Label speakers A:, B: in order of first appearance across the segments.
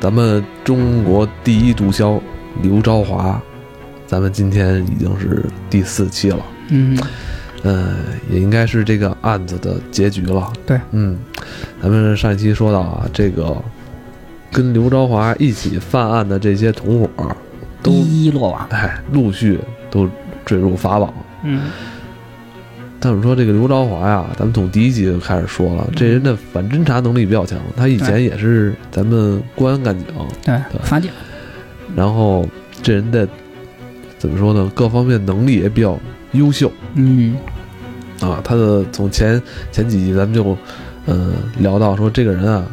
A: 咱们中国第一毒枭刘昭华，咱们今天已经是第四期了，
B: 嗯，
A: 嗯，也应该是这个案子的结局了。
B: 对，
A: 嗯，咱们上一期说到啊，这个跟刘昭华一起犯案的这些同伙儿，都
B: 一一落网。
A: 哎陆续都坠入法网。
B: 嗯，
A: 但是说这个刘昭华呀，咱们从第一集就开始说了，这人的反侦查能力比较强，他以前也是咱们公安干警，
B: 对
A: 对，
B: 法警，
A: 然后这人的怎么说呢，各方面能力也比较优秀
B: 嗯
A: 啊。他的从前前几集咱们就呃聊到说，这个人啊，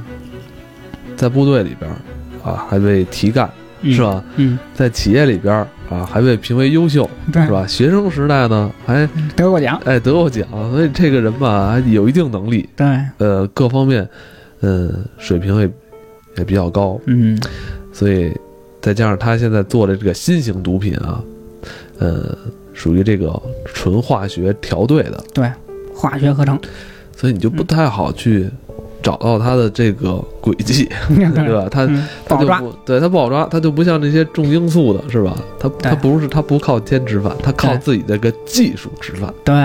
A: 在部队里边儿啊还被提干
B: 嗯
A: 是？吧？
B: 嗯，
A: 在企业里边儿啊还被评为优秀
B: 对
A: 是，吧？学生时代呢还
B: 得过奖。
A: 哎得过奖，所以这个人吧还有一定能力。
B: 对，
A: 呃，各方面，嗯，水平也也比较高，
B: 嗯
A: 所以再加上他现在做的这个新型毒品啊，呃，属于这个纯化学调兑的，
B: 对，化学合成，
A: 所以你就不太好去找到他的这个轨迹，对
B: 对，
A: 吧？他
B: 嗯
A: 他
B: 不好
A: 就
B: 抓。
A: 不对，他不好抓，他就不像那些重因素的是吧？他他
B: 对
A: 不是他不靠天吃饭，他靠
B: 对
A: 自己这个技术吃饭。
B: 对，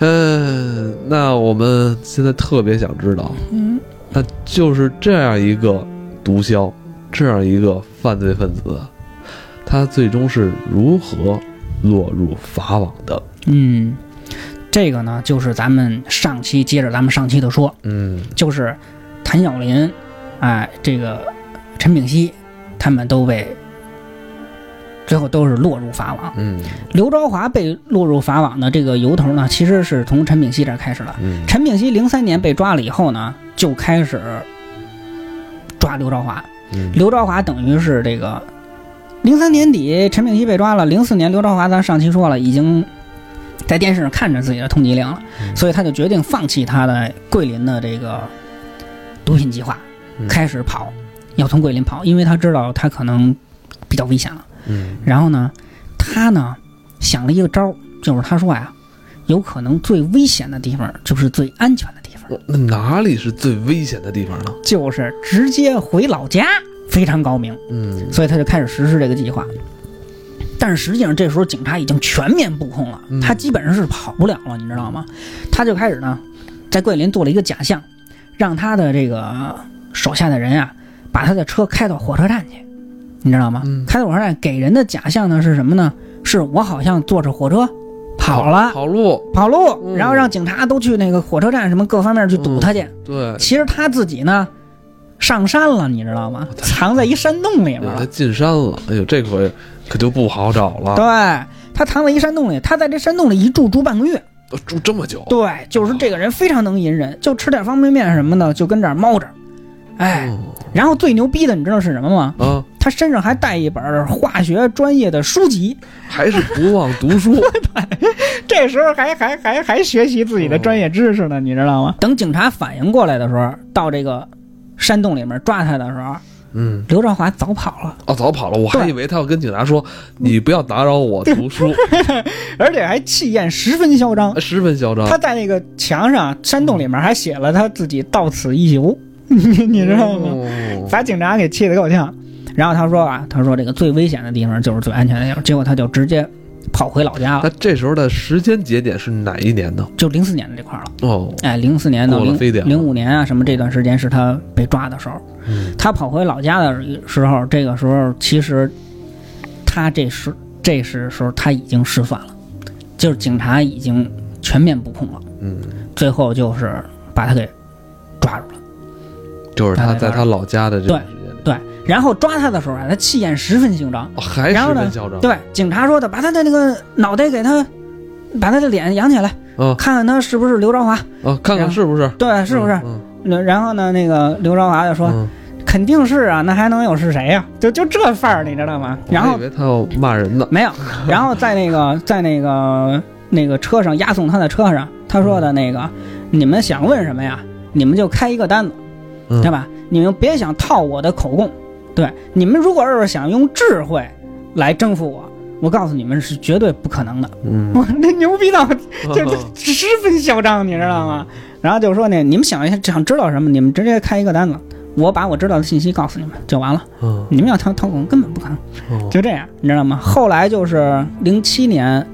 A: 嗯，那我们现在特别想知道，
B: 嗯，
A: 那就是这样一个毒枭，这样一个犯罪分子，他最终是如何落入法网的？
B: 嗯，这个呢，就是咱们上期接着咱们上期的说，
A: 嗯
B: 就是谭咏麟，哎，这个陈炳熙，他们都被最后都是落入法网。
A: 嗯
B: 刘昭华被落入法网的这个由头呢，其实是从陈炳熙这儿开始的。
A: 嗯
B: 陈炳熙零三年被抓了以后呢，就开始抓刘昭华。
A: 嗯
B: 刘昭华等于是这个零三年底，陈炳熙被抓了。零四年，刘昭华咱上期说了，已经在电视上看着自己的通缉令了，
A: 嗯
B: 所以他就决定放弃他的桂林的这个毒品计划
A: 嗯，
B: 开始跑，要从桂林跑，因为他知道他可能比较危险了。
A: 嗯
B: 然后呢，他呢想了一个招儿，就是他说呀，有可能最危险的地方就是最安全的地方，
A: 我那哪里是最危险的地方呢？
B: 就是直接回老家，非常高明。
A: 嗯
B: 所以他就开始实施这个计划。但是实际上，这时候警察已经全面布控了
A: 嗯，
B: 他基本上是跑不了了，你知道吗？他就开始呢，在桂林做了一个假象，让他的这个手下的人啊，把他的车开到火车站去，你知道吗？
A: 嗯
B: 开到火车站给人的假象呢是什么呢？是我好像坐着火车跑了。
A: 跑路，
B: 跑
A: 嗯
B: 路，然后让警察都去那个火车站什么各方面去堵他去。
A: 对，
B: 其实他自己呢，上山了，你知道吗？藏在一山洞里面
A: 对他
B: 了。
A: 进山了，哎呦，这可可就不好找了，
B: 对他藏在一山洞里，他在这山洞里一住住半个月。
A: 呃住这么久，
B: 对，就是这个人非常能隐忍，就吃点方便面什么的，就跟这儿猫着。哎，
A: 嗯
B: 然后最牛逼的，你知道是什么吗？
A: 啊，
B: 他身上还带一本化学专业的书籍，
A: 还是不忘读 书，
B: 这时候还还还还学习自己的专业知识呢，你知道吗？等警察反应过来的时候，到这个山洞里面抓他的时候，
A: 嗯。
B: 刘兆华早跑了，
A: 哦，早跑了，我还
B: 对
A: 以为他要跟警察说：“
B: 嗯
A: 你不要打扰我读书。
B: 而且还气焰十分嚣张”。
A: 十分嚣张。
B: 他在那个墙上山洞里面还写了他自己到此一游， 你你知道吗？
A: 哦
B: 把警察给气得够呛。然后他说啊，他说这个最危险的地方就是最安全的地方，结果他就直接跑回老家
A: 那
B: 了，
A: 这时候的时间节点是哪一年呢？
B: 就零四年的这块儿了。
A: 哦，
B: 哎，零四年到
A: 过了
B: 零
A: 非典了
B: 零五年啊，什么这段时间是他被抓的时候。
A: 嗯
B: 他跑回老家的时候，这个时候其实他这时这时时候他已经失算了，就是警察已经全面布控了，
A: 嗯，
B: 最后就是把他给抓住了。
A: 就是他在他老家的这段时间里，
B: 对，然后抓他的时候啊，他气焰十分嚣张。
A: 哦还
B: 然
A: 十
B: 后呢
A: 分嚣张。
B: 对，警察说的，把他的那个脑袋给他，把他的脸扬起来，
A: 啊
B: 看看他是不是刘昭华。
A: 啊，看看是不是？
B: 对，是不是？
A: 嗯，
B: 然后呢，那个刘昭华就说，
A: 嗯
B: 肯定是啊，那还能有是谁呀、就就这范儿，你知道吗？然
A: 我
B: 后
A: 还以为他要骂人呢。
B: 没有，然后在那个在那个那个车上押送他的车上，他说的那个，你们想问什么呀？你们就开一个单子，
A: 嗯
B: 对吧？你们别想套我的口供，对，你们如果要是想用智慧来征服我，我告诉你们是绝对不可能的。
A: 嗯，
B: 我那牛逼到就
A: 啊
B: 就十分嚣张，你知道吗？然后就说呢，你们想一下，想知道什么，你们直接开一个单子，我把我知道的信息告诉你们就完了，
A: 嗯，
B: 你们要掏掏空根本不可能。
A: 哦
B: 就这样，你知道吗？后来就是零七年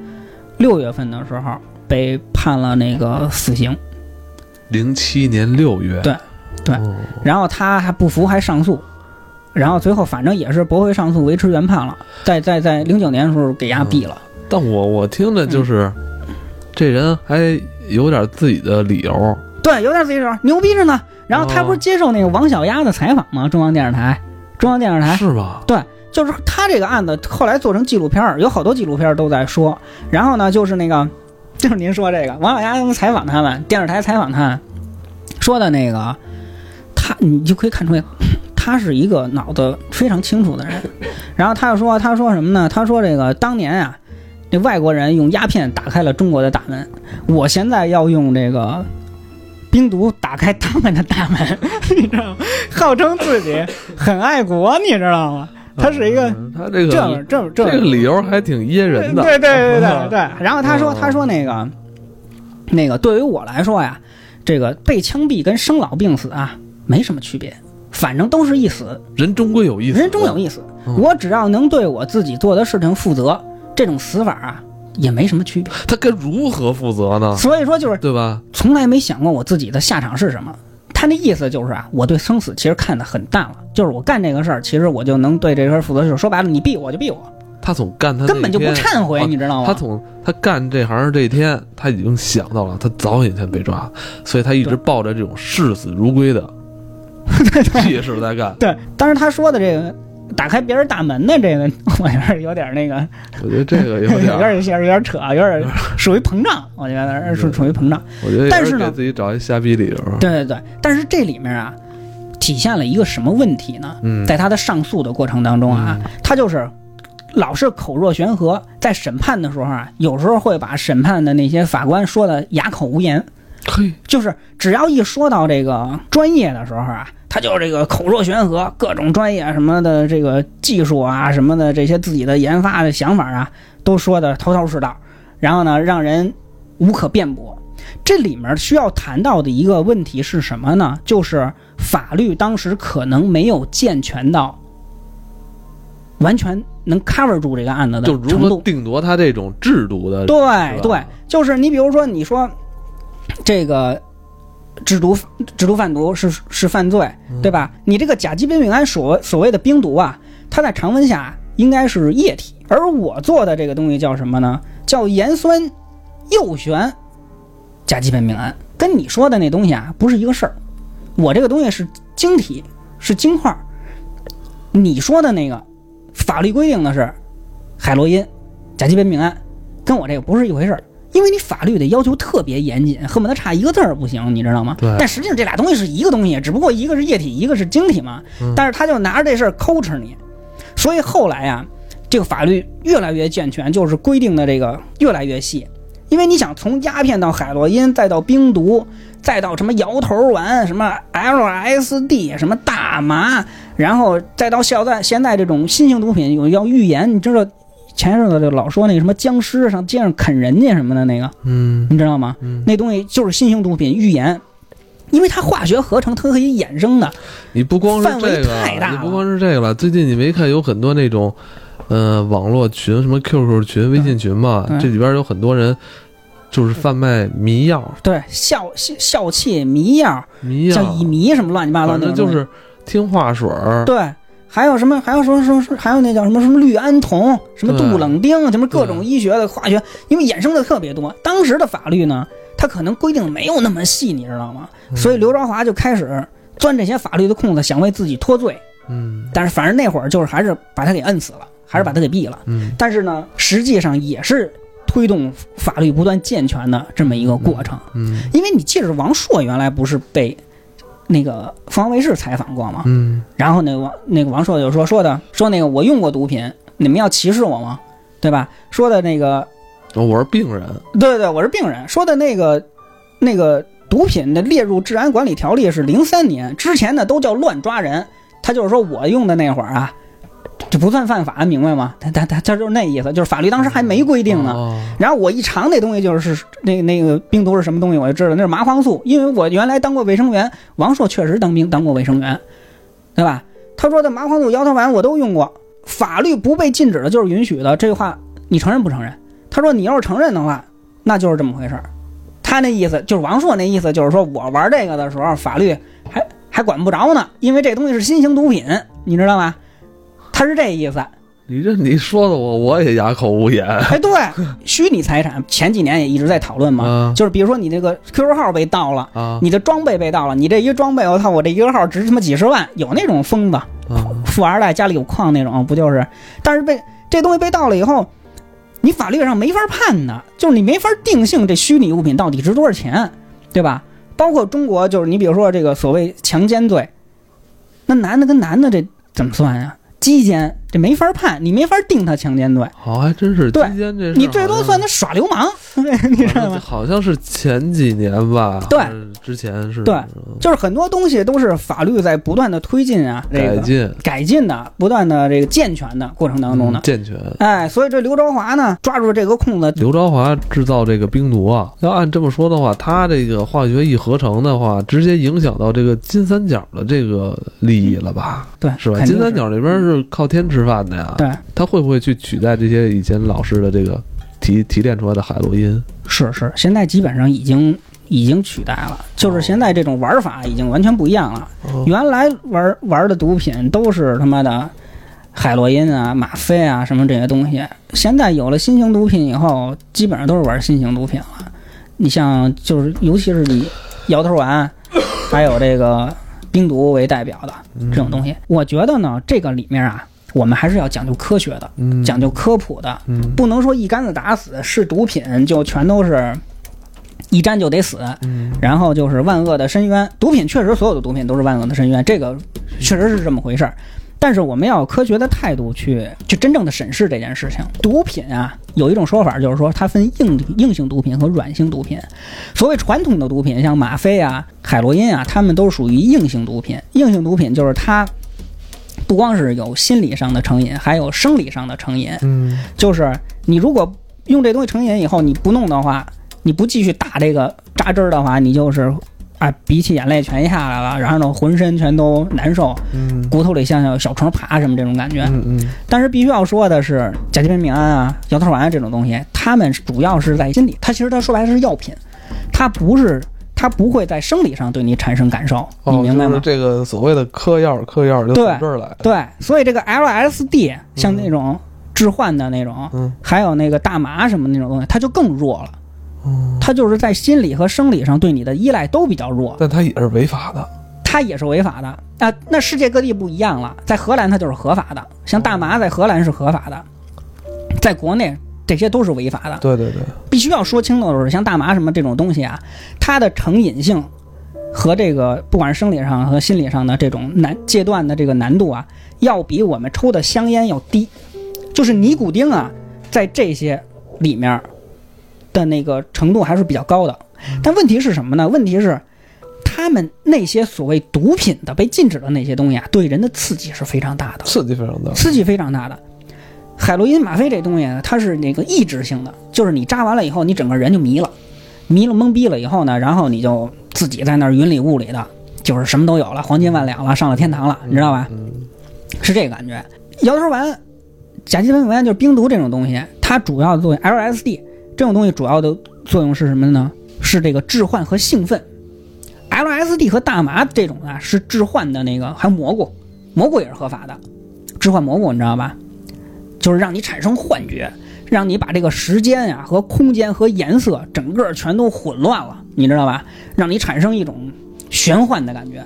B: 六月份的时候被判了那个死刑，
A: 零七年六月，
B: 对对
A: 哦
B: 然后他还不服还上诉，然后最后反正也是驳回上诉，维持原判了。在在在零九年的时候给押毙了，
A: 但我我听着就是，
B: 嗯
A: 这人还有点自己的理由，
B: 对，有点自己手，牛逼着呢。然后他不是接受那个王小丫的采访吗？中央电视台，中央电视台
A: 是吧？
B: 就是他这个案子后来做成纪录片儿，有好多纪录片儿都在说。然后呢，就是那个，就是您说这个王小丫他们采访他们，电视台采访他们，说的那个，他你就可以看出来，他是一个脑子非常清楚的人。然后他又说，他说什么呢？他说这个当年啊，这外国人用鸦片打开了中国的大门，我现在要用这个。冰毒打开他们的大门，你知道吗？号称自己很爱国，你知道吗？他是一个
A: 嗯他这
B: 这么
A: 个
B: 这
A: 这
B: 么这么
A: 个理由还挺噎人的，
B: 对对对对对。然后他说
A: 嗯
B: 他说那个那个对于我来说呀，这个被枪毙跟生老病死啊没什么区别，反正都是一死，
A: 人终归有一死，
B: 人终有一死。
A: 嗯
B: 我只要能对我自己做的事情负责，这种死法啊也没什么区别。
A: 他该如何负责呢？
B: 所以说就是
A: 对吧？
B: 从来没想过我自己的下场是什么。他那意思就是啊，我对生死其实看得很淡了，就是我干这个事儿，其实我就能对这事儿负责。就是说白了，你毙我就毙我，
A: 他从干他那
B: 根本就不
A: 天
B: 忏悔，
A: 啊
B: 你知道吗？
A: 他从他干这行这一天，他已经想到了，他早晚有一天被抓，所以他一直
B: 对
A: 抱着这种视死如归的气势在干。
B: 对，但是他说的这个打开别人大门的这个， 我觉得有点那个，
A: 我觉得这个有
B: 有
A: 点
B: 点
A: 儿，
B: 有点有点扯，有点属于膨胀，我觉得是属于膨胀。
A: 我觉得
B: 但
A: 也
B: 是呢
A: 给自己找一瞎逼理由。
B: 对对对，但是这里面啊，体现了一个什么问题呢？
A: 嗯，
B: 在他的上诉的过程当中啊，他就是老是口若悬河，在审判的时候啊，有时候会把审判的那些法官说的哑口无言。
A: 嘿，
B: 就是只要一说到这个专业的时候啊，他就这个口若悬河，各种专业什么的，这个技术啊什么的，这些自己的研发的想法啊，都说的头头是道，然后呢，让人无可辩驳。这里面需要谈到的一个问题是什么呢？就是法律当时可能没有健全到完全能 cover 住这个案子的
A: 就
B: 程
A: 如何
B: 度。
A: 定夺他这种制度的
B: 对
A: 吧
B: 对，就是你比如说，你说这个制毒制毒贩毒是是犯罪，对吧？你这个甲基苯丙胺所所谓的冰毒啊，它在常温下应该是液体，而我做的这个东西叫什么呢？叫盐酸右旋甲基苯丙胺，跟你说的那东西啊不是一个事儿。我这个东西是晶体，是晶块儿。你说的那个法律规定的是海洛因、甲基苯丙胺，跟我这个不是一回事儿，因为你法律的要求特别严谨，恨不得差一个字儿不行，你知道吗？
A: 对
B: 但实际上这俩东西是一个东西，只不过一个是液体，一个是晶体嘛。但是他就拿着这事儿抠哧你，所以后来啊，这个法律越来越健全，就是规定的这个越来越细。因为你想从鸦片到海洛因，再到冰毒，再到什么摇头丸、什么 LSD、什么大麻，然后再到现在现在这种新型毒品，有要预言，你知道前一阵子就老说那什么僵尸上街上啃人家什么的那个，
A: 嗯，
B: 你知道吗？那东西就是新型毒品预言，因为它化学合成，它可以衍生的。
A: 你不光是
B: 范围
A: 这个
B: 太大
A: 了，
B: 了
A: 你不光是这个了，最近你没看有很多那种，呃，网络群，什么 QQ 群、微信群嘛
B: 对，
A: 这里边有很多人就是贩卖迷药，
B: 对，笑笑笑气、迷药、
A: 迷药
B: 像乙醚什么乱七八糟
A: 反
B: 那
A: 正
B: 种
A: 就
B: 东西，
A: 是听话水儿，
B: 对。还有什么？还有什么什么什么？还有那叫什么什么氯胺酮，什么
A: 对
B: 杜冷丁，什么各种
A: 对
B: 医学的化学，因为衍生的特别多。当时的法律呢，它可能规定没有那么细，你知道吗？
A: 嗯
B: 所以刘朝华就开始钻这些法律的空子，想为自己脱罪。
A: 嗯
B: 但是反正那会儿就是还是把他给摁死了，还是把他给毙了。
A: 嗯，
B: 但是呢，实际上也是推动法律不断健全的这么一个过程。
A: 嗯
B: 因为你记着，王朔原来不是被那个凤凰卫视采访过吗？
A: 嗯
B: 然后那个王那个王朔就说说的说那个我用过毒品，你们要歧视我吗？对吧？说的那个
A: 哦我是病人，
B: 对对对，我是病人。说的那个那个毒品的列入治安管理条例是零三年之前的，都叫乱抓人。他就是说我用的那会儿啊，这不算犯法，明白吗？他他他他就是那意思，就是法律当时还没规定呢。
A: 哦
B: 然后我一尝那东西就是那那个冰毒是什么东西，我就知道那是麻黄素，因为我原来当过卫生员，王朔确实当兵当过卫生员。对吧？他说的麻黄素、摇头丸我都用过，法律不被禁止的就是允许的，这句话你承认不承认？他说你要是承认的话，那就是这么回事儿。他那意思就是王朔那意思，就是说我玩这个的时候，法律还还管不着呢，因为这东西是新型毒品，你知道吗？他是这意思。
A: 你这你说的我我也哑口无言。
B: 哎，对，虚拟财产前几年也一直在讨论嘛，
A: 啊
B: 就是比如说你这个 QQ 号被盗了，
A: 啊
B: 你的装备被盗了，你这一个装备，我操，我这一个号值他妈几十万，有那种疯子，
A: 啊！
B: 富二代家里有矿那种，不就是？但是被这东西被盗了以后，你法律上没法判的，就是你没法定性这虚拟物品到底值多少钱，对吧？包括中国，就是你比如说这个所谓强奸罪，那男的跟男的这怎么算呀、鸡奸这没法判，你没法定他强奸罪，
A: 好，还真是。
B: 对
A: 今天这事儿
B: 你最多算他耍流氓， 你知
A: 好
B: 道
A: 像
B: 吗？
A: 好像是前几年吧？
B: 对
A: 还是之前是。嗯
B: 对就是很多东西都是法律在不断的推进啊，这
A: 改
B: 个
A: 进
B: 改进的，不断的这个健全的过程当中呢
A: 嗯，健全。
B: 哎，所以这刘朝华呢，抓住这个空子，
A: 刘朝华制造这个冰毒啊，要按这么说的话，他这个化学一合成的话，直接影响到这个金三角的这个利益了吧？
B: 对，
A: 是吧？
B: 肯定
A: 金三角这边是靠天吃饭的呀，
B: 对，
A: 他会不会去取代这些以前老式的这个提提炼出来的海洛因？
B: 是是，现在基本上已经已经取代了，就是现在这种玩法已经完全不一样了。
A: 哦
B: 原来玩玩的毒品都是他妈的海洛因啊、吗啡啊什么这些东西，现在有了新型毒品以后，基本上都是玩新型毒品了。你像就是尤其是以摇头丸，还有这个冰毒为代表的这种东西，我觉得呢，这个里面啊，我们还是要讲究科学的，
A: 嗯，
B: 讲究科普的。
A: 嗯
B: 不能说一竿子打死，是毒品就全都是一沾就得死，
A: 嗯
B: 然后就是万恶的深渊。毒品确实所有的毒品都是万恶的深渊，这个确实是这么回事儿。但是我们要有科学的态度去去真正的审视这件事情。毒品啊，有一种说法就是说它分硬硬性毒品和软性毒品。所谓传统的毒品，像吗啡啊、海洛因啊，它们都属于硬性毒品。硬性毒品就是它不光是有心理上的成瘾，还有生理上的成瘾。
A: 嗯
B: 就是你如果用这东西成瘾以后，你不弄的话，你不继续打这个扎针儿的话，你就是啊，鼻涕眼泪全下来了，然后呢，浑身全都难受，
A: 嗯
B: 骨头里像有小虫爬什么这种感觉。
A: 嗯嗯，
B: 但是必须要说的是，甲基苯丙胺啊、摇头丸啊这种东西，它们主要是在心理，它其实它说白了是药品，它不是。它不会在生理上对你产生感受，
A: 哦
B: 你明白吗？
A: 这个所谓的嗑药，嗑药就
B: 从对这
A: 儿来的。
B: 对，所以这个 LSD 像那种置换的那种，
A: 嗯
B: 还有那个大麻什么那种东西，它就更弱了。
A: 嗯，
B: 它就是在心理和生理上对你的依赖都比较弱，
A: 但它也是违法的。
B: 它也是违法的啊、那世界各地不一样了，在荷兰它就是合法的，像大麻在荷兰是合法的，在国内这些都是违法的。
A: 对对对，
B: 必须要说清楚的是，像大麻什么这种东西啊，它的成瘾性和这个不管是生理上和心理上的这种难戒断的这个难度啊，要比我们抽的香烟要低。就是尼古丁啊，在这些里面的那个程度还是比较高的。但问题是什么呢？问题是。他们那些所谓毒品的被禁止的那些东西啊，对人的刺激是非常大的。
A: 刺激非常大。
B: 刺激非常大的。海洛因、吗啡这东西呢，它是那个抑制性的，就是你扎完了以后，你整个人就迷了，迷了懵逼了以后呢，然后你就自己在那儿云里雾里的，就是什么都有了，黄金万两了，上了天堂了，你知道吧？
A: 嗯
B: 是这个感觉。摇头丸、甲基苯丙胺就是冰毒这种东西，它主要的作用 LSD 这种东西主要的作用是什么呢？是这个致幻和兴奋。LSD 和大麻这种啊是致幻的那个，还有蘑菇，蘑菇也是合法的，置换蘑菇你知道吧？就是让你产生幻觉，让你把这个时间呀、和空间和颜色整个全都混乱了，你知道吧？让你产生一种玄幻的感觉。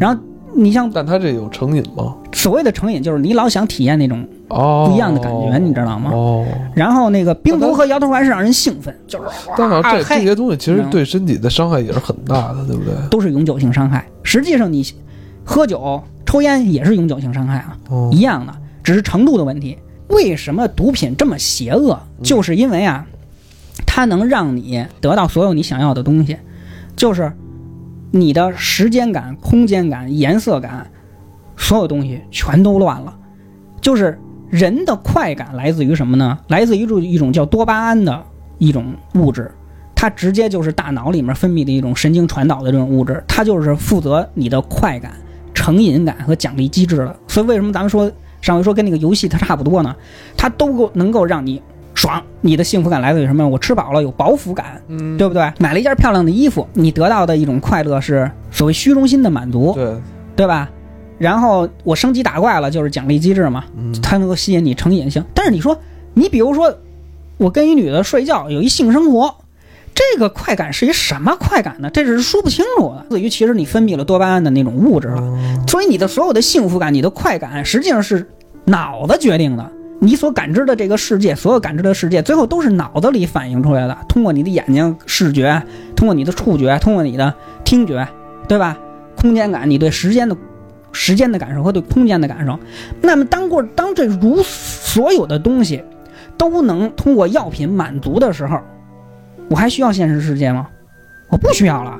B: 然后你像
A: 但它这有成瘾吗？
B: 所谓的成瘾，就是你老想体验那种
A: 哦，
B: 不一样的感觉，你知道吗？
A: 哦，
B: 然后那个冰毒和摇头丸是让人兴奋，就是
A: 但好
B: 哇
A: 像这这
B: 嘿，
A: 些东西其
B: 嗯
A: 实对身体的伤害也是很大的，对不对？
B: 都是永久性伤害。实际上你喝酒、抽烟也是永久性伤害啊，
A: 哦
B: 一，样的，只是程度的问题。为什么毒品这么邪恶？就是因为啊，它能让你得到所有你想要的东西，就是你的时间感、空间感、颜色感，所有东西全都乱了。就是人的快感来自于什么呢？来自于一种叫多巴胺的一种物质，它直接就是大脑里面分泌的一种神经传导的这种物质，它就是负责你的快感、成瘾感和奖励机制了。所以为什么咱们说上回说跟那个游戏它差不多呢？它都够能够让你爽，你的幸福感来自于什么？我吃饱了有饱腹感，
A: 嗯，
B: 对不对？买了一件漂亮的衣服，你得到的一种快乐是所谓虚荣心的满足，
A: 对，
B: 对吧？然后我升级打怪了，就是奖励机制嘛，
A: 嗯
B: 它能够吸引你成瘾性。但是你说，你比如说，我跟一女的睡觉，有一性生活，这个快感是一什么快感呢？这是说不清楚的。对于其实你分泌了多巴胺的那种物质了，
A: 嗯
B: 所以你的所有的幸福感、你的快感，实际上是脑子决定的。你所感知的这个世界，所有感知的世界，最后都是脑子里反映出来的。通过你的眼睛视觉，通过你的触觉，通过你的听觉，对吧？空间感，你对时间的时间的感受和对空间的感受。那么当过当这如所有的东西都能通过药品满足的时候，我还需要现实世界吗？我不需要了。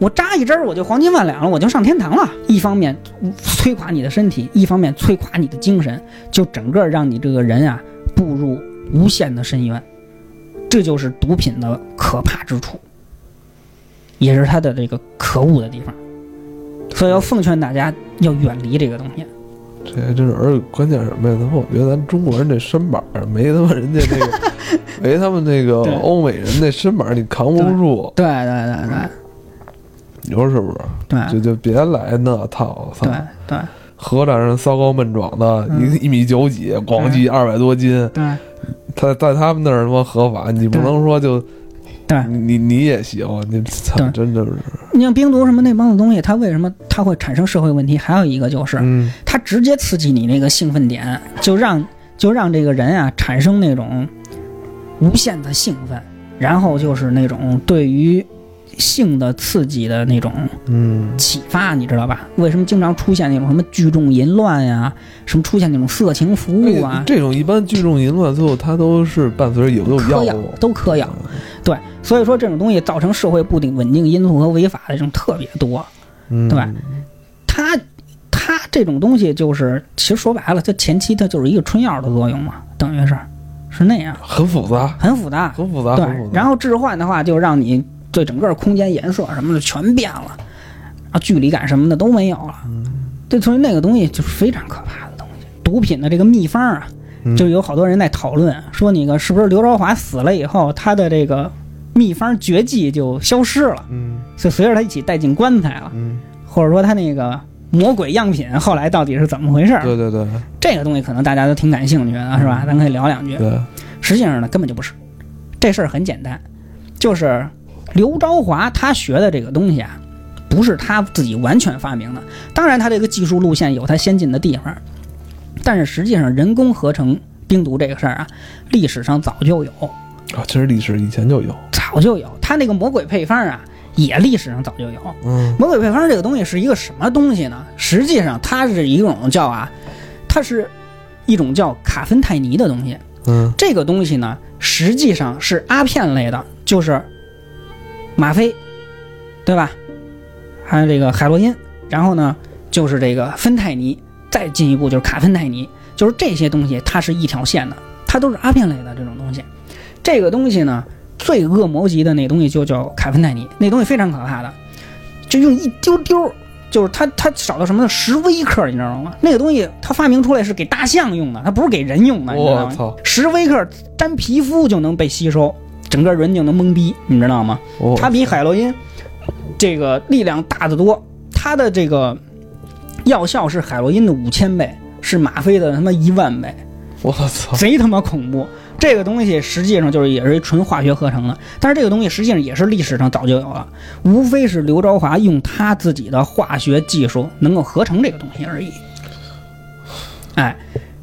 B: 我扎一针儿我就黄金万两了，我就上天堂了。一方面嗯摧垮你的身体，一方面摧垮你的精神，就整个让你这个人啊步入无限的深渊。这就是毒品的可怕之处，也是它的这个可恶的地方。所以要奉劝大家要远离这个东西。
A: 这还真是，而且关键是什么呀？他妈，我觉得咱中国人这身板儿没他妈人家那个， 没他们那个
B: 对
A: 欧美人那身板儿，你扛不住。
B: 对对对对
A: 你说是不是？
B: 对
A: 嗯就就别来那套，操！
B: 啊对对
A: 河南人骚高闷壮的，
B: 嗯
A: 一一米九几，咣叽二百多斤，
B: 对
A: 他在他们那儿他妈合法，你不
B: 对
A: 能说就
B: 对，
A: 你你你也行，你操，
B: 对
A: 真的是，
B: 你像冰毒什么那帮子东西，它为什么它会产生社会问题？还有一个就是，
A: 嗯，
B: 它直接刺激你那个兴奋点，就让就让这个人啊产生那种无限的兴奋，然后就是那种对于性的刺激的那种
A: 嗯，
B: 启发，你知道吧？为什么经常出现那种什么聚众淫乱呀、什么出现那种色情服务
A: 而且
B: 啊？
A: 这种一般聚众淫乱，最后他都是伴随着有没有
B: 嗑药
A: 物，
B: 都嗑药，对，所以说这种东西造成社会不定稳定因素和违法的这种特别多。
A: 嗯，
B: 对吧它它这种东西就是，其实说白了，它前期它就是一个春药的作用嘛，等于是是那样，
A: 很复杂，
B: 很复杂。
A: 很复杂，
B: 对
A: 很复，杂。
B: 然后置换的话，就让你对整个空间颜色什么的全变了，啊，距离感什么的都没有了。
A: 嗯
B: 对，所以那个东西就是非常可怕的东西。毒品的这个秘方啊，
A: 嗯
B: 就有好多人在讨论说，那个是不是刘朝华死了以后，他的这个秘方绝技就消失了，
A: 嗯
B: 就随着他一起带进棺材了。
A: 嗯，
B: 或者说他那个魔鬼样品后来到底是怎么回事儿？
A: 对对对
B: 这个东西可能大家都挺感兴趣的，啊是吧？咱可以聊两句。
A: 对，
B: 实际上呢，根本就不是。这事儿很简单，就是刘朝华他学的这个东西啊，不是他自己完全发明的。当然，他这个技术路线有他先进的地方，但是实际上人工合成冰毒这个事儿啊，历史上早就有，
A: 啊，其实历史以前就有，
B: 早就有。他那个魔鬼配方啊，也历史上早就有。
A: 嗯
B: 魔鬼配方这个东西是一个什么东西呢？实际上它是一种叫啊，它是一种叫卡芬太尼的东西。
A: 嗯
B: 这个东西呢，实际上是阿片类的，就是吗啡，对吧？还有这个海洛因，然后呢就是这个芬太尼，再进一步就是卡芬太尼，就是这些东西它是一条线的，它都是阿片类的这种东西。这个东西呢，最恶魔级的那东西就叫卡芬太尼，那东西非常可怕的，就用一丢丢。就是它，它少到什么呢？十微克，你知道吗？那个东西它发明出来是给大象用的，它不是给人用的，你知道
A: 我
B: 吗？
A: 操，
B: 十微克单皮肤就能被吸收，整个人就能懵逼，你知道吗？
A: 我
B: 它比海洛因这个力量大得多，它的这个药效是海洛因的五千倍，是吗啡的他妈一万倍，
A: 我操，
B: 贼他妈恐怖。这个东西实际上就是也是纯化学合成的，但是这个东西实际上也是历史上早就有了，无非是刘朝华用他自己的化学技术能够合成这个东西而已。哎，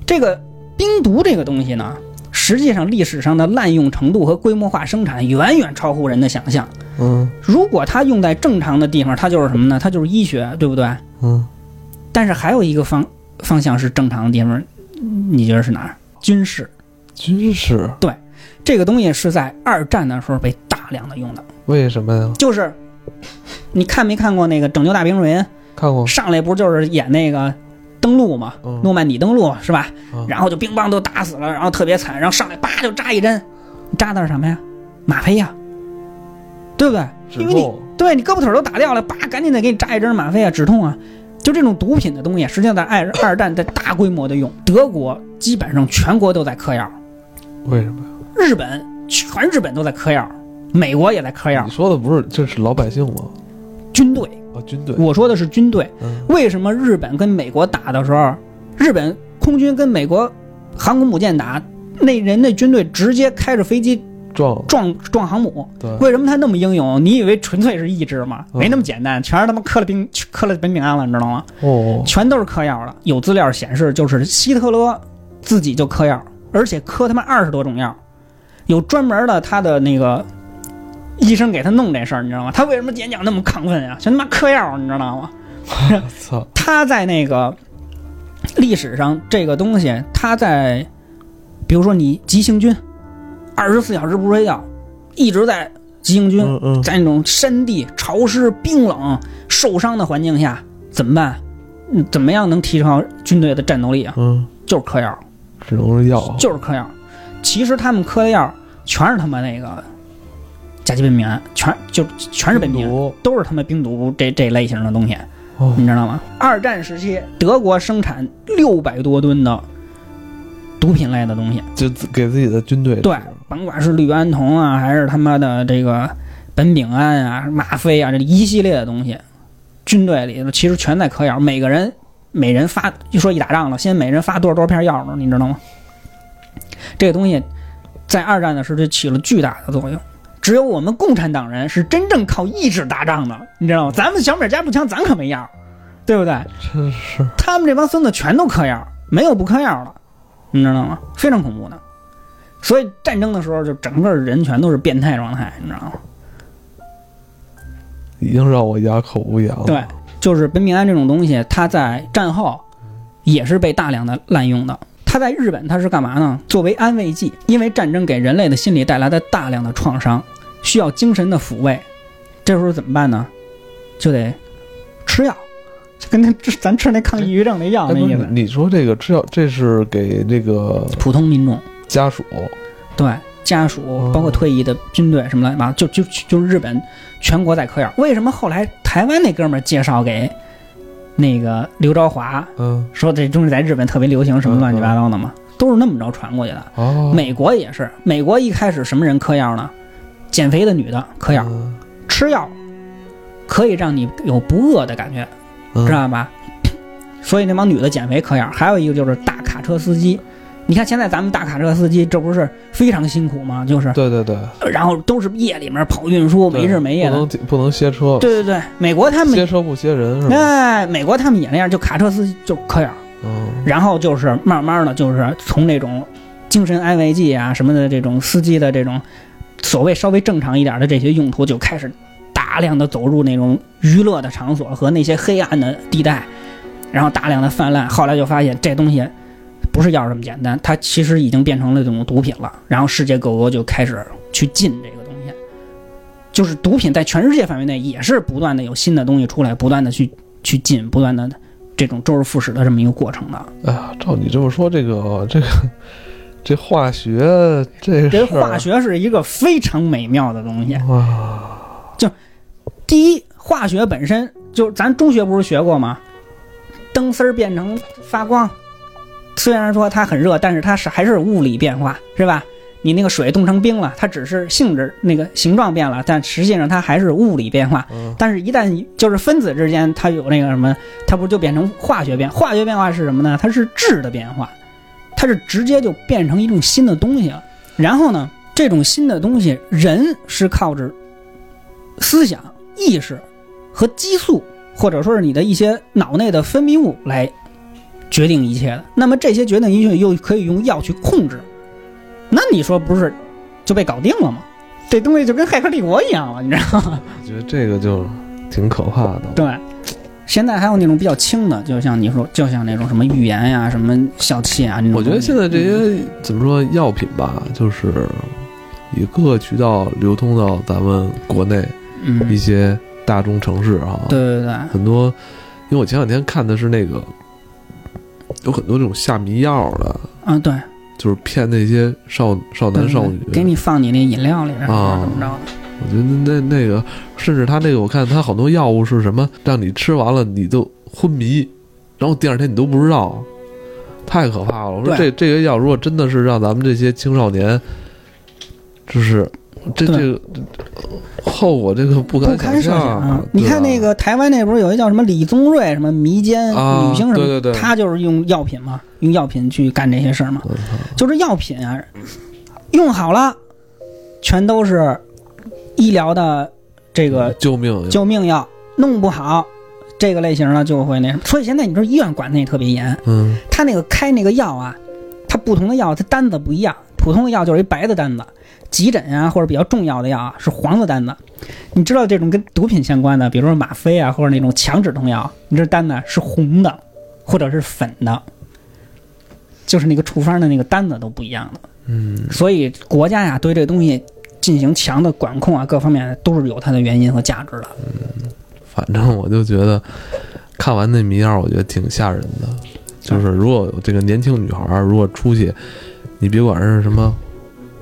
B: 这个冰毒这个东西呢，实际上历史上的滥用程度和规模化生产远远超乎人的想象。
A: 嗯
B: 如果它用在正常的地方，它就是什么呢？它就是医学，对不对？
A: 嗯，
B: 但是还有一个方方向是正常的地方，你觉得是哪儿？军事。
A: 军事
B: 这个东西是在二战的时候被大量的用的，
A: 为什么呀？
B: 就是你看没看过那个《拯救大兵瑞恩
A: 看过》？
B: 上来不就是演那个登陆嘛，
A: 嗯
B: 诺曼底登陆是吧
A: 嗯？
B: 然后就乒乓都打死了，然后特别惨，然后上来叭就扎一针，扎的是什么呀？吗啡呀，对不对？
A: 止
B: 因为你
A: 痛，
B: 对你胳膊腿儿都打掉了，叭赶紧得给你扎一针吗啡啊，止痛啊。就这种毒品的东西，实际上在二二战在大规模的用，德国基本上全国都在嗑药，
A: 为什么呀？
B: 日本全日本都在嗑药，美国也在嗑药
A: 你，说的不是这是老百姓吗？
B: 军队。
A: 啊，军队，
B: 我说的是军队。
A: 嗯
B: 为什么日本跟美国打的时候，日本空军跟美国航空母舰打，那人那军队直接开着飞机
A: 撞
B: 撞撞航母？
A: 对，
B: 为什么他那么英勇？你以为纯粹是意志吗？没那么简单，全是他妈嗑了冰嗑了苯丙胺了，你知道吗？
A: 哦，
B: 全都是嗑药了。有资料显示，就是希特勒自己就嗑药，而且嗑他妈二十多种药，有专门的他的那个医生给他弄这事儿，你知道吗？他为什么演讲那么亢奋啊？全他妈嗑药，你知道吗？
A: 我操，
B: 他在那个历史上这个东西，他在比如说你急行军，二十四小时不睡觉，一直在急行军，
A: 嗯嗯，
B: 在那种山地、潮湿、冰冷、受伤的环境下，怎么办？嗯怎么样能提高军队的战斗力啊？
A: 嗯，
B: 就是嗑药，
A: 只能是药，
B: 就是嗑药。其实他们嗑的药全是他妈那个甲基苯丙胺，全就全是苯
A: 病
B: 丙胺，
A: 毒，
B: 都是他妈冰毒这这类型的东西。
A: 哦，
B: 你知道吗？二战时期，德国生产六百多吨的毒品类的东西，
A: 就自给自己的军队吃，
B: 对，甭管是氯胺酮啊，还是他妈的这个苯丙胺啊、吗啡啊，这一系列的东西，军队里头其实全在嗑药，每个人每人发，一说一打仗了，先每人发多少多少片药呢，你知道吗？这个东西在二战的时候就起了巨大的作用。只有我们共产党人是真正靠意志打仗的，你知道吗？咱们小米加步枪，咱可没药，对不对？
A: 真是，
B: 他们这帮孙子全都嗑药，没有不嗑药的，你知道吗？非常恐怖的。所以战争的时候，就整个人全都是变态状态，你知道吗？
A: 已经让我哑口无言了，
B: 对，就是苯丙胺这种东西，它在战后也是被大量的滥用的。它在日本它是干嘛呢？作为安慰剂，因为战争给人类的心理带来的大量的创伤，需要精神的抚慰。这时候怎么办呢？就得吃药，就跟那咱吃那抗抑郁症那药
A: 哎，
B: 那
A: 不
B: 意
A: 是
B: 思。
A: 你说这个吃药，这是给这个
B: 普通民众。
A: 家属，
B: 对家属，
A: 哦
B: 包括退役的军队什么乱七八糟，就就就是日本全国在嗑药。为什么后来台湾那哥们儿介绍给那个刘昭华
A: 嗯，
B: 说这东西在日本特别流行，什么乱七八糟的嘛，都是那么着传过去的。
A: 哦，
B: 美国也是，美国一开始什么人嗑药呢？减肥的女的嗑药，
A: 嗯，
B: 吃药可以让你有不饿的感觉，
A: 嗯
B: 知道吧？所以那帮女的减肥嗑药，还有一个就是大卡车司机。你看现在咱们大卡车司机，这不是非常辛苦吗？就是
A: 嗯对对对，
B: 然后都是夜里面跑运输，
A: 对
B: 没日没夜
A: 不
B: 的
A: 能。不能歇车，
B: 对对对，美国他们
A: 歇车不歇人是吧？
B: 哎，美国他们也那样，就卡车司机就嗑药，
A: 嗯，
B: 然后就是慢慢的就是从那种精神安慰剂啊什么的这种司机的这种所谓稍微正常一点的这些用途，就开始大量的走入那种娱乐的场所和那些黑暗的地带，然后大量的泛滥。后来就发现这东西不是药这么简单，它其实已经变成了这种毒品了。然后世界各国就开始去禁这个东西，就是毒品在全世界范围内也是不断的有新的东西出来，不断的去去禁，不断的这种周而复始的这么一个过程的。
A: 哎呀，照你这么说，这个这个这化学 这事儿，
B: 这化学是一个非常美妙的东西。
A: 哇，
B: 第一，化学本身就咱中学不是学过吗？灯丝儿变成发光，虽然说它很热，但是它是还是物理变化，是吧？你那个水冻成冰了，它只是性质那个形状变了，但实际上它还是物理变化。
A: 嗯
B: 但是，一旦你就是分子之间它有那个什么，它不就变成化学变？化学变化是什么呢？它是质的变化，它是直接就变成一种新的东西了。然后呢，这种新的东西，人是靠着思想、意识和激素，或者说是你的一些脑内的分泌物来决定一切的。那么这些决定因素又可以用药去控制，那你说不是就被搞定了吗？这东西就跟骇客帝国一样了，你知道吗。
A: 我觉得这个就挺可怕的，
B: 对，现在还有那种比较轻的，就像你说，就像那种什么预言呀、什么笑气啊，那种
A: 我觉得
B: 东西
A: 现在这
B: 嗯
A: 些怎么说药品吧，就是以各个渠道流通到咱们国内
B: 嗯，
A: 一
B: 对
A: 些大中城市啊，
B: 对对，
A: 很多，因为我前两天看的是那个，有很多这种下迷药的，
B: 嗯对，
A: 就是骗那些少少男
B: 对
A: 少女。
B: 给你放你那饮料里边
A: 啊
B: 儿怎么着的，
A: 我觉得那那个，甚至他那个，我看他好多药物是什么，让你吃完了你就昏迷，然后第二天你都不知道，太可怕了。我说这
B: 对
A: 这个药如果真的是让咱们这些青少年，就是这
B: 对
A: 这个后果，这个不
B: 不
A: 敢
B: 堪设
A: 象
B: 想
A: 啊
B: 啊！！你看那
A: 对吧
B: 个台湾那不是有一叫什么李宗瑞什么迷奸
A: 啊
B: 女星什么，
A: 对对对
B: 他就是用药品嘛，用药品去干这些事儿嘛。
A: 我操
B: 就是药品啊，用好了，全都是医疗的这个
A: 嗯救命！
B: 救命药，弄不好这个类型的就会那什么。所以现在你说医院管的也特别严，
A: 嗯
B: 他那个开那个药啊，它不同的药它单子不一样，普通的药就是一白的单子，急诊啊或者比较重要的药啊是黄的单子。你知道这种跟毒品相关的，比如说吗啡啊或者那种强止痛药，你这单子是红的或者是粉的，就是那个处方的那个单子都不一样的。
A: 嗯，
B: 所以国家呀对这东西进行强的管控啊，各方面都是有它的原因和价值的。
A: 反正我就觉得看完那迷样，我觉得挺吓人的。就是如果有这个年轻女孩儿，如果出去，你别管是什么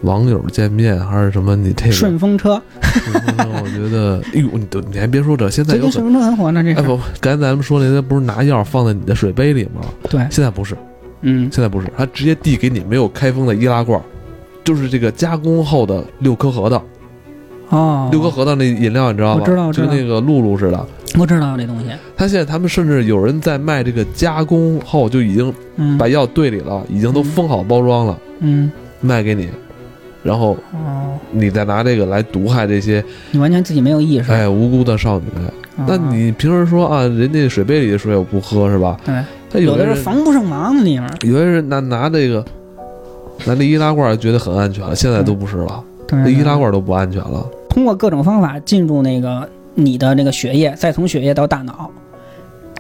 A: 网友见面，还是什么你这个
B: 顺风车，
A: 我觉 得，哎呦，你都你还别说这，现在
B: 最
A: 有很
B: 近顺风车很火呢，这
A: 哎
B: 是
A: 不，刚才咱们说那些不是拿药放在你的水杯里吗？
B: 对，
A: 现在不是，
B: 嗯，
A: 现在不是，他直接递给你没有开封的易拉罐儿，就是这个加工后的六颗核桃，
B: 哦，
A: 六颗核桃那饮料你知道吧？
B: 我知道我知
A: 就
B: 道
A: 那个露露似的。
B: 我知道这东西，
A: 他现在他们甚至有人在卖这个加工后就已经
B: 嗯，
A: 把药兑里了，已经都封好包装了，
B: 嗯，
A: 卖给你，然后
B: 哦，
A: 你再拿这个来毒害这些
B: 你完全自己没有意识。
A: 哎无辜的少女。
B: 啊
A: 那你平时说啊，人家水杯里的水我不喝是吧？
B: 对，
A: 他
B: 有
A: 的
B: 的是防不胜防的里面，
A: 有的人拿拿这个拿这易拉罐觉得很安全，现在都不是了，
B: 对
A: 那
B: 对
A: 易拉
B: 对
A: 罐都不安全了。
B: 通过各种方法进入那个你的那个血液，再从血液到大脑。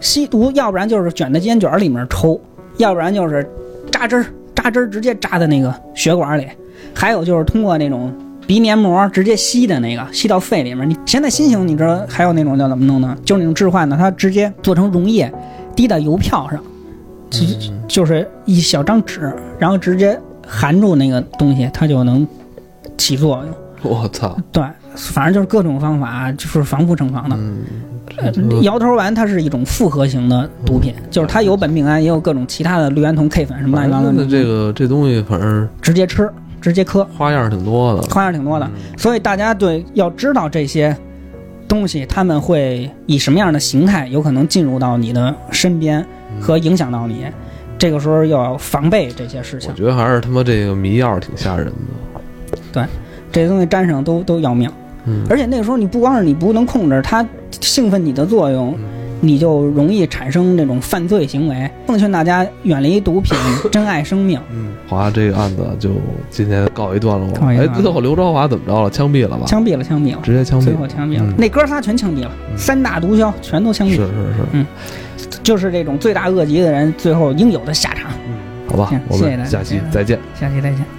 B: 吸毒，要不然就是卷在烟卷里面抽，要不然就是扎针儿，扎针儿直接扎在那个血管里，还有就是通过那种鼻黏膜直接吸的那个，吸到肺里面。你现在新型，你知道还有那种叫怎么弄呢？就是那种置换的，它直接做成溶液，滴到邮票上，就就是一小张纸，然后直接含住那个东西，它就能起作用。
A: 我操，
B: 对，反正就是各种方法，就是防不胜防的。
A: 嗯，
B: 呃摇头丸它是一种复合型的毒品，
A: 嗯
B: 就是它有苯丙胺，也有各种其他的氯胺酮 K 粉什么
A: 反
B: 乱七八糟
A: 正
B: 的，
A: 的这个这东西反正
B: 直接吃，直接嗑，
A: 花样挺多的。
B: 花样挺多的。
A: 嗯
B: 所以大家对要知道这些东西，他们会以什么样的形态有可能进入到你的身边
A: 嗯
B: 和影响到你，这个时候要防备这些事情
A: 我。觉得还是他妈这个迷药挺吓人的。
B: 这些东西沾上都都要命。
A: 嗯
B: 而且那个时候你不光是你不能控制它兴奋你的作用，你就容易产生这种犯罪行为。奉劝大家远离毒品，珍爱生命。
A: 嗯，华这个案子就今天告一段落。
B: 告一
A: 哎，
B: 段落
A: 最后刘朝华怎么着了？枪毙了吧？
B: 枪毙了，枪毙了，
A: 直接枪毙
B: 最。后枪毙了
A: 嗯。
B: 那哥仨全枪毙了，三大毒枭全都枪
A: 是
B: 毙，
A: 是是，
B: 就是这种罪大恶极的人最后应有的下场。
A: 好吧
B: 嗯行，
A: 我
B: 谢谢大
A: 们
B: 家
A: 下期
B: 谢谢大家
A: 再见。
B: 下期再见。